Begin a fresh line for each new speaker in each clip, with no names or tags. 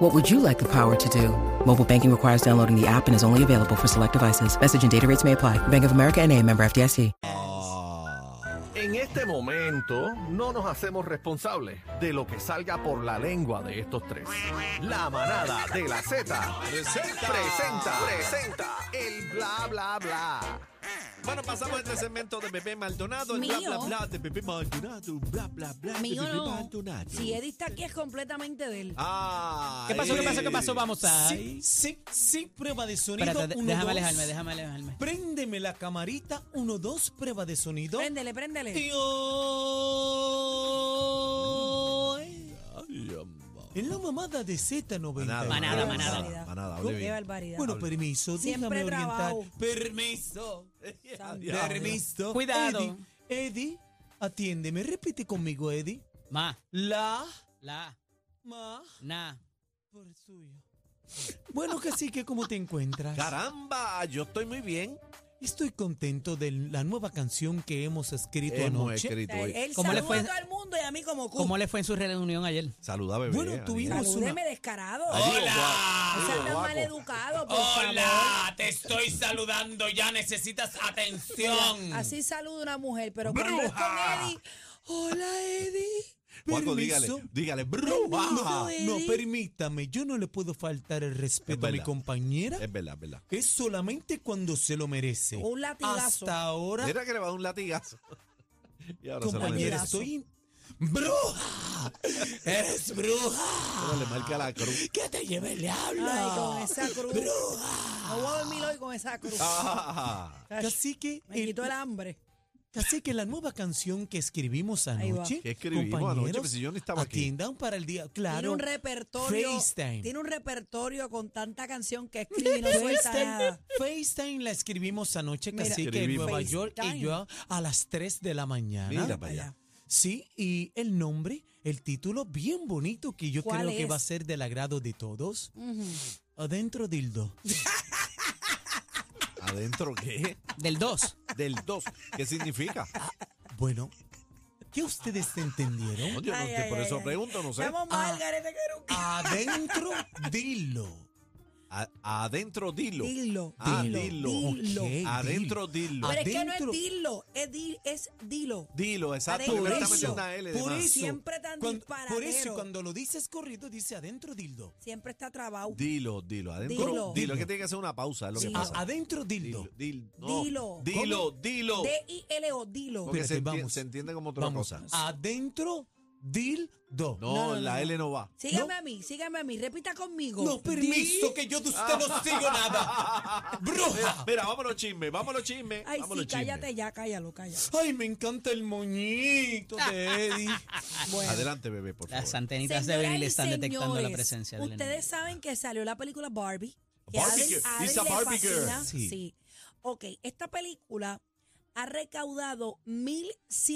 What would you like the power to do? Mobile banking requires downloading the app and is only available for select devices. Message and data rates may apply. Bank of America and a member FDIC.
En este momento no nos hacemos responsables de lo que salga por la lengua de estos tres. La manada de la Z presenta, presenta, presenta el bla bla bla.
Bueno, pasamos a este segmento de Bebé Maldonado. El
Mío.
bla, bla, bla, de Bebé Maldonado. Bla, bla, bla, de
Mío
Bebé
no.
Maldonado.
Si Eddie está aquí es completamente de él.
Ah,
¿Qué pasó? ¿Qué
eh.
pasó? ¿Qué pasó? Vamos a.
Sí, sí, sí, prueba de sonido.
Espérate,
uno,
déjame
dos.
alejarme, déjame alejarme.
Préndeme la camarita. 1, 2, prueba de sonido.
Préndele, préndele.
Y hoy, En la mamada de Z90.
Manada,
Manada,
manada.
hable
Qué
bien.
barbaridad.
Bueno, permiso,
Siempre
déjame orientar.
trabajo.
Permiso.
Santo.
Permiso.
Cuidado.
Eddie, Eddie, atiéndeme. Repite conmigo, Eddie.
Ma,
La
la,
ma
na.
por el suyo. Bueno, cacique, ¿cómo te encuentras?
Caramba, yo estoy muy bien.
Estoy contento de la nueva canción que hemos escrito
Hemos
anoche.
O
escrito
sea,
hoy.
él
¿Cómo
saluda
le fue?
a todo el mundo y a mí como cu.
¿Cómo le fue en su reunión ayer?
Saluda, bebé.
Bueno,
Aniel.
tuvimos-
Salúdeme descarado.
Hola.
No seas tan
Guapo.
maleducado, por favor.
te estoy saludando ya, necesitas atención.
Así saluda una mujer, pero cuando es con Eddie... Hola, Eddie.
Guaco,
Permiso.
dígale, dígale, bruja.
Permiso, eh.
No, permítame, yo no le puedo faltar el
Es
respeto a
verdad.
mi compañera.
Es verdad, es verdad.
Es solamente cuando se lo merece.
Un latigazo.
Hasta ahora,
Mira que le va a dar un latigazo. Y ahora se lo
compañera,
merece.
Latigazo.
estoy... in- ¡Bruja! ¡Eres bruja!
Ahora le marca la cruz.
¡Que te lleve el diablo!
Ay, con esa cruz.
¡Bruja!
No voy a dormir hoy con esa cruz.
Ah,
Cacique,
Me quitó el hambre.
Así que la nueva canción que escribimos
Ahí va.
anoche,
¿Qué escribimos
compañeros,
anoche? Pues si yo no estaba aquí.
Atiendan para el día,
Tiene
claro.
un repertorio.
FaceTime.
Tiene un repertorio con tanta canción que escribe y no suelta
FaceTime,
nada.
FaceTime la escribimos anoche,
Mira.
casi que en
Escribimos.
Nueva York
FaceTime.
y yo a las 3 de la mañana.
Mira para allá.
Sí, y el nombre, el título bien bonito que yo
¿Cuál
creo que va a
es?
ser del agrado de todos. Adentro dildo.
¿Adentro qué?
Del 2.
Del 2. ¿Qué significa?
Bueno, ¿qué ustedes entendieron?
No, yo no
Ay,
sé,
ay,
por
ay,
eso
ay.
pregunto, no sé. Ah,
Estamos más al garete que nunca.
Adentro dildo.
A- adentro dilo.
Dilo,
Ah,
dilo,
dilo.
dilo.
Ok,
Adentro dilo.
Pero es que no
Adentro.
es dilo, es, di- es dilo.
Dilo, exacto.
Adentro
le está
dilo.
metiendo una L de
Por
más.
eso,
Siempre tan
cuando- Por eso,
disparatero.
y cuando lo dices corrido, dice adentro dildo.
Siempre está trabado.
Dilo, dilo. Adentro
Dilo.
dilo. Es que tiene que hacer una pausa, es lo que
Sí.
pasa.
A- adentro dildo.
Dil- no.
Dilo.
Dilo, dilo.
D-I-L-O, dilo.
Porque se,
Espérate,
enti-
vamos.
se entiende como otra
Vamos,
cosa.
Adentro dildo.
No, la L no va.
Sígame
no.
a mí, sígame a mí, repita conmigo.
No, permiso, que yo de usted
Ah.
no sigo nada. Bruja.
Mira, vámonos chisme, vámonos chisme.
Ay,
vámonos
sí, cállate
chisme.
ya, cállalo, cállalo.
Ay, me encanta el moñito de Eddie.
Bueno.
Adelante, bebé, por favor.
Las antenitas de
Señoras
Benny le
y
están detectando la
señores,
presencia del
Ustedes saben que salió la película Barbie. que
Barbie
Adel-
girl.
Adel
It's a
le
Barbie girl.
fascina.
Sí.
Sí. Ok, esta película ha recaudado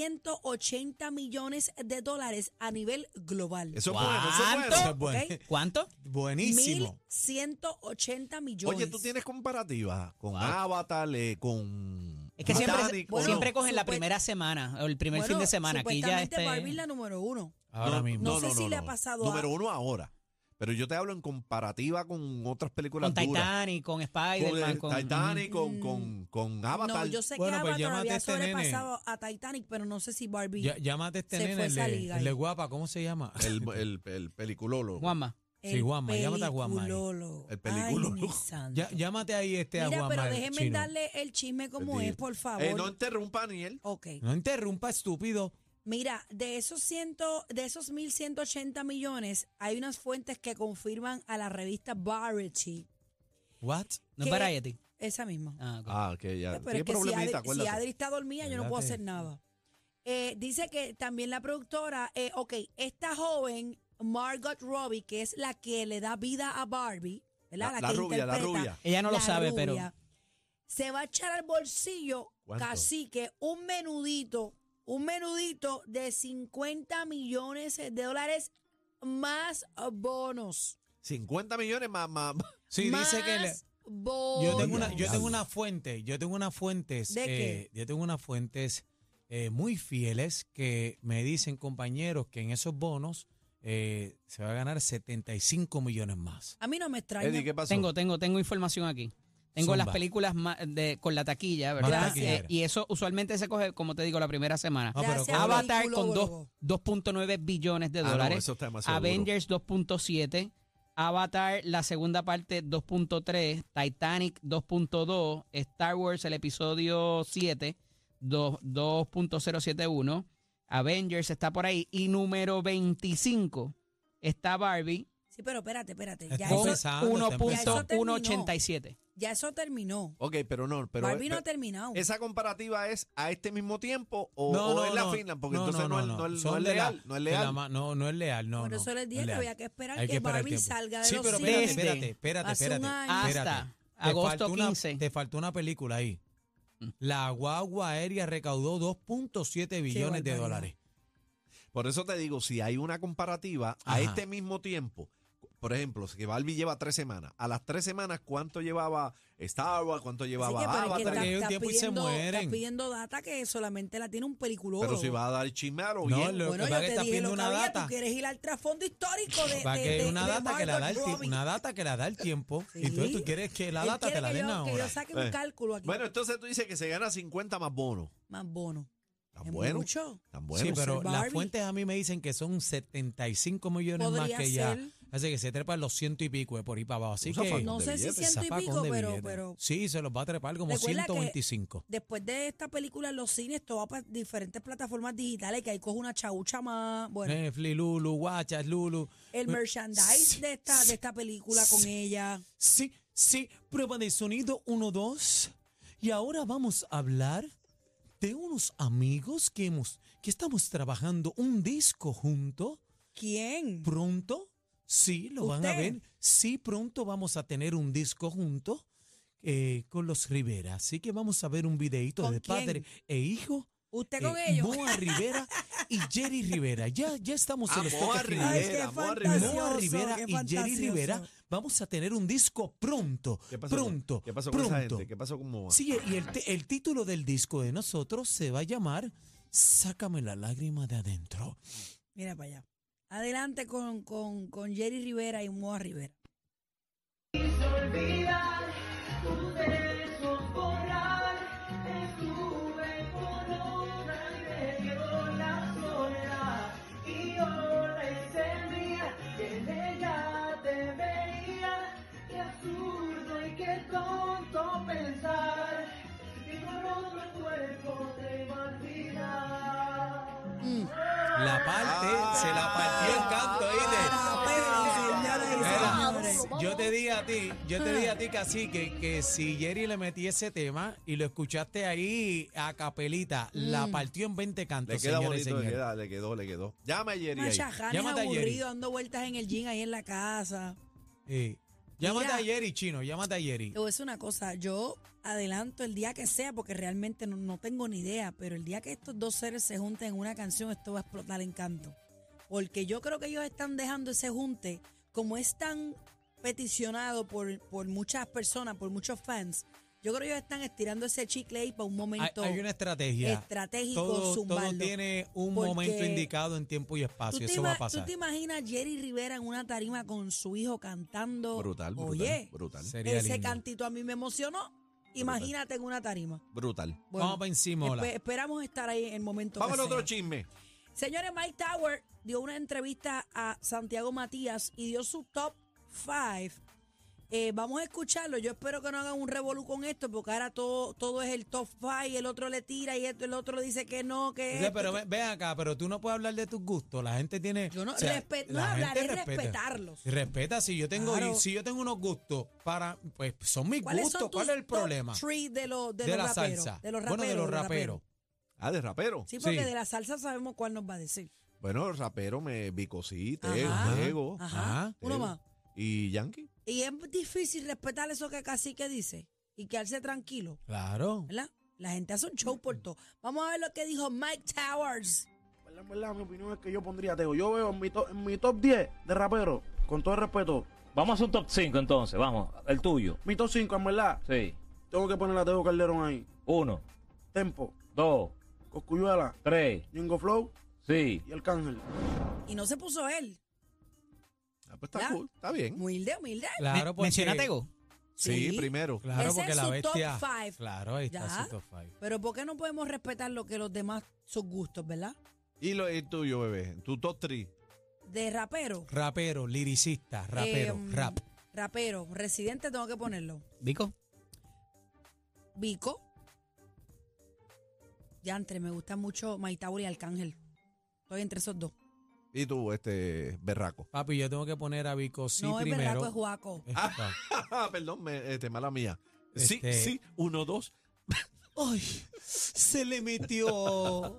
1.180 millones de dólares a nivel global.
Eso es bueno, eso es bueno.
¿Cuánto?
Eso es bueno.
Ok.
¿Cuánto?
Buenísimo.
1.180 millones.
Oye, tú tienes comparativas con Avatar, eh, con.
Es que siempre,
Titanic, ¿o
bueno,
siempre
no?
cogen la
supuest-
primera semana o el primer
Bueno,
fin de semana. Aquí ya
supuestamente
este.
Barbie es la número uno.
Ahora
no,
mismo.
no sé si le ha pasado a-
Número uno ahora. Pero yo te hablo en comparativa con otras películas
Con
duras.
Titanic, con Spider-Man,
con
con.
el Titanic, con, con, con Avatar.
Mm. No, yo sé
Bueno,
que
pues
Avatar
llámate
había
a este
sobrepasado a Titanic, pero no sé si Barbie.
Ya- Llámate a este
Se fue
nene, el
esa
de-
liga
el de
ahí.
guapa, ¿cómo se llama?
El, el, el peliculólogo.
Juanma.
Sí, Guama, llámate a Guama ahí.
peliculólogo.
El peliculólogo.
Ay, mi santo.
Ya- llámate ahí este
Mira,
agua
pero déjenme darle el chisme como
Bendito.
es, por favor.
Eh, no interrumpa, Aniel.
Ok.
No interrumpa, estúpido.
Mira, de esos ciento, de esos 1.180 millones, hay unas fuentes que confirman a la revista Variety,
What?
No es
¿Qué?
Variety.
esa misma.
Ah, ok.
Ah, que ya.
Pero
Qué
es que si Adri,
problemita,
si
acuérdate.
Adri está dormida, yo no puedo
Acuérdate.
hacer nada. Eh, dice que también la productora, eh, ok, esta joven, Margot Robbie, que es la que le da vida a Barbie, ¿verdad?
La- la
que
rubia, la rubia.
Ella no lo sabe, pero-
se va a echar al bolsillo,
¿Cuánto?
cacique, un menudito, un menudito de 50 millones de dólares más bonos.
50 millones más, más- más.
Sí,
más
dice que le-
bonos.
yo tengo una, yo tengo una fuente, yo tengo unas fuentes,
¿De qué?
eh, yo tengo unas fuentes eh, muy fieles que me dicen compañeros que en esos bonos eh, se va a ganar 75 millones más.
A mí no me extraña.
Eddie, ¿qué pasó?
Tengo, tengo, tengo información aquí. Tengo
Zumba.
las películas ma- de, con la taquilla, ¿verdad?
Más taquillera.
Eh, y eso usualmente se coge, como te digo, la primera semana.
Ah, pero
Gracias,
¿cómo?
Avatar
vehículo
con dos-
Globo.
2.9 billones de
Ah, no,
dólares.
eso está demasiado duro.
Avengers 2.7. Avatar, la segunda parte 2.3. Titanic 2.2. Star Wars, el episodio 7, dos- 2.071. Avengers está por ahí. Y número 25 está Barbie
Sí, pero espérate, espérate.
Está
Ya
con
eso,
empezando, está empezando.
1.187.
ya eso terminó.
Ok, pero no, pero.
Barbie no ha
pero-
terminado.
¿Esa comparativa es a este mismo tiempo o,
No,
o
no,
es la
no.
final? Porque
No,
entonces no,
no,
es-
no,
no es-
son
no es
de la-
leal. No es
de la
leal.
ma- no, no es leal, no.
Por
no,
eso les dije
no
que
es leal.
había que esperar
Hay
que
esperar
Barbie
tiempo.
salga de
Sí,
los
pero
cines.
espérate,
Desde
espérate, espérate,
hace
espérate.
un año.
espérate.
Este, Hasta
Te
agosto Mm.
faltó una-
15.
te faltó una película ahí. La guagua aérea recaudó 2.7 billones de
barbaridad.
dólares.
Por eso te digo, si hay una comparativa a
Ajá.
este mismo tiempo, por ejemplo, si que Barbie lleva tres semanas, a las tres semanas, ¿cuánto llevaba Star Wars? ¿Cuánto
Así
llevaba
que, pero es que
Avatar?
está-
estás-
que hay un
estás
tiempo y se
pidiendo- estás
mueren.
pidiendo data que solamente la tiene un peliculólogo.
Pero si va a dar chisme a lo
No,
bien.
lo-
bueno,
que
yo
pasa
te
que estás
dije lo
pidiendo
que
una
había, tú
data.
quieres ir al trasfondo histórico de,
Para
de-
que
de- este
una
de
data que la da el
Margot
ti-
Robbie.
una data que la da el tiempo.
Sí.
Y tú, tú quieres que la
Él
data
quiere
te la
que
den
yo, Que
ahora.
yo saque un
Eh.
cálculo aquí.
Bueno, entonces tú dices que se gana 50 más bono.
más bono.
Tan
Es
bueno.
mucho.
Tan bueno.
sí, pero
Ser Barbie.
las fuentes a mí me dicen que son 75 millones más
Podría
que ya.
ser.
Así que se trepan los ciento y pico eh, por ahí para abajo. Así
Un zafacón.
que
No
de
sé si
billetes.
ciento y
zafacón
pico,
de
pero,
billetes.
pero
Sí, se los va a trepar como
Recuerda que-
125.
después de esta película en los cines, todo va para diferentes plataformas digitales que ahí coge una chaucha más. Bueno,
Netflix, Lulu, Guachas, Lulu.
el merchandise de esta, de esta película con ella.
eh, Sí, sí, prueba de sonido 1, 2. Y ahora vamos a hablar de unos amigos que hemos que estamos trabajando un disco junto.
¿Quién?
Pronto, sí, lo van a
¿Usted?
ver. Sí, pronto vamos a tener un disco junto eh, con los Rivera. Así que vamos a ver un videíto
¿Con
de padre
quién?
e hijo.
¿Usted
eh,
con ellos?
Moa Rivera y Jerry Rivera. Ya, ya estamos en
Ah,
los
Moa
toques
Rivera,
finales.
Ay, qué
amor,
fantasioso,
Noah Rivera
qué
y Jerry
fantasioso.
Rivera vamos a tener un disco pronto.
¿Qué pasó con-
pronto.
¿Qué pasó
pronto.
con esa gente? ¿Qué pasó con Moa?
Sí, y el, te- el título del disco de nosotros se va a llamar Sácame la lágrima de adentro.
Mira para allá. Adelante con, con, con Jerry Rivera y Moa Rivera.
La parte se la partió el canto,
Ah, pero, señoras
¿oíste?
y
Mira, yo te dije a ti, yo te dije a ti, Cacique, que si Jerry le metí ese tema y lo escuchaste ahí a capelita,
Mm.
la partió en 20 cantos,
Le queda
señores y
bonito, le,
señores.
queda, le quedó, le quedó. Llama a Jerry ahí.
Machajanes
Llámate a Jerry.
aburrido dando vueltas en el gym ahí en la casa.
Eh, Llámate
Mira.
a Jerry, chino, llámate a Jerry.
Te voy a decir una cosa, yo adelanto el día que sea porque realmente no, no tengo ni idea, pero el día que estos dos seres se junten en una canción, esto va a explotar en canto. Porque yo creo que ellos están dejando ese junte, como es tan peticionado por, por muchas personas, por muchos fans, yo creo que ellos están estirando ese chicle ahí para un
Hay,
momento
hay una estrategia.
estratégico
Todo, todo
zumbarlo.
tiene un
Porque
momento indicado en tiempo y
¿Tú
espacio.
te,
Eso va
ima-
a pasar.
tú te imaginas Jerry Rivera en una tarima con su hijo cantando?
Brutal, brutal.
Oye,
Brutal.
Sería
ese
lindo.
cantito a mí me emocionó.
pues,
Imagínate en una tarima.
Brutal.
Bueno,
Vamos para encima, hola.
espe- esperamos estar ahí en el momento. que
Vamos al otro
sea.
chisme.
Señores, Mike Tower dio una entrevista a Santiago Matías y dio su top 5. vamos a escucharlo. Yo espero que no hagan un revolú con esto, porque ahora todo, todo es el top 5. El otro le tira y esto, el otro dice que no, que.
O sea,
esto,
pero
que-
ve- ven acá, pero tú no puedes hablar de tus gustos. La gente tiene.
Yo no-
o sea,
respe- no
la
hablar,
gente
es
respeta.
respetarlos.
Respeta si yo tengo,
Claro.
y si yo tengo unos gustos para, pues son mis
¿Cuáles
gustos.
son
¿Cuál
tus
es el problema?
Top three de, los de,
de
los
la
raperos,
salsa.
De los raperos.
bueno, de los raperos.
Ah, de rapero.
Sí, porque
Sí.
de la salsa sabemos cuál nos va a decir.
Bueno, rapero me Bicosí,
Ajá.
Tego, Tego.
Ajá.
Ajá.
Uno
Tego.
más.
Y Yankee.
Y es difícil respetar eso que Cacique dice. y quedarse tranquilo,
Claro.
¿verdad? La gente hace un show por todo. Vamos a ver lo que dijo Mike Towers.
verdad, en verdad, mi opinión es que yo pondría a Tego. Yo veo en mi, top, en mi top 10 de rapero, con todo el respeto,
Vamos a un top 5 entonces, vamos, el tuyo.
mi top 5, en verdad,
Sí.
tengo que poner a Tego Calderón ahí.
1,
Tempo,
2,
Coscuyuela,
3,
Ñengo Flow
sí.
y Arcángel.
Y no se puso él.
Ah, pues está
¿Verdad?
cool, está bien.
Humilde, humilde.
Claro, porque,
Menciona Tego.
Sí,
Sí.
primero.
Claro,
Ese
porque
es
la
su
bestia.
top five.
Claro, ahí está
Ya.
su top 5.
Pero ¿por qué no podemos respetar lo que los demás, sus gustos, ¿verdad?
Y lo y tuyo, bebé. Tu top 3.
De rapero.
Rapero, liricista, rapero,
em,
rap.
Rapero, residente tengo que ponerlo.
Vico.
Vico. Ya entre, me gusta mucho Maitauri y Arcángel. Estoy entre esos dos.
Y tú, este, berraco.
Papi, yo tengo que poner a Vico sí
no es
primero.
verdad, pues, es Juaco.
Está.
Perdón, me- este, mala mía.
Este-
Sí, sí, uno, dos.
Ay, se le metió.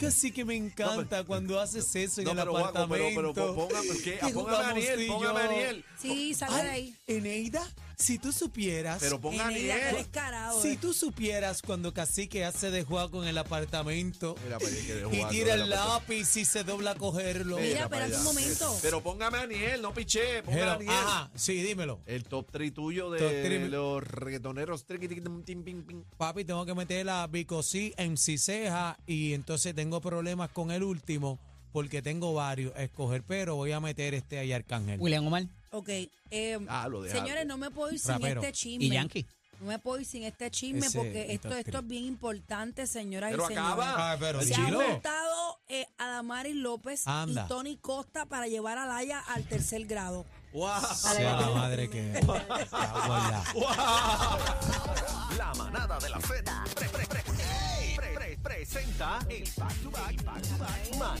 Casi que me encanta cuando haces eso
pues,
en
No,
el
pero, Juaco, pero,
apartamento.
pero, pero ponga, pues, ¿qué?
Que
Ponga a
jugamos tú
Daniel,
y
ponga a
yo.
Daniel.
Sí, sale de ahí.
Ay, Eneida, si tú supieras.
Pero ponga a
Eneida, que
Daniel.
descarado.
si
eh.
tú supieras cuando Cacique hace de juego en el apartamento
Mira, pues, hay que
y
jugar,
tira
no,
el
la-
lápiz y se dobla a cogerlo.
Mira,
para
espérate un
allá.
momento.
Pero póngame a Daniel, no piché, ponga a
Pero,
Daniel.
ajá, sí, dímelo.
El top 3 tuyo
Top
de
three.
los reggaetoneros. Triqui, tiqui, tum, tim, pim, pim.
Papi, tengo que meter a Vico C, MC Ceja y entonces tengo problemas con el último porque tengo varios a escoger, pero voy a meter este ahí Arcángel.
William Omar.
Ok. eh,
Ah, lo dejaste.
señores, no me puedo ir sin
Rapero.
este chisme.
Y Yankee.
No me puedo ir sin este chisme
Ese
porque
es
esto,
top
esto es
three.
bien importante, señoras
Pero
y señores.
acaba.
Ay, pero
Se
Sí,
ha
Chilo.
votado eh, Adamaris López
Anda.
y Tony Costa para llevar a Laia al tercer grado.
Sea la madre que. Aguala.
La manada de la Z pre- pre- pre- pre- pre- presenta el back to back, back to back, manada.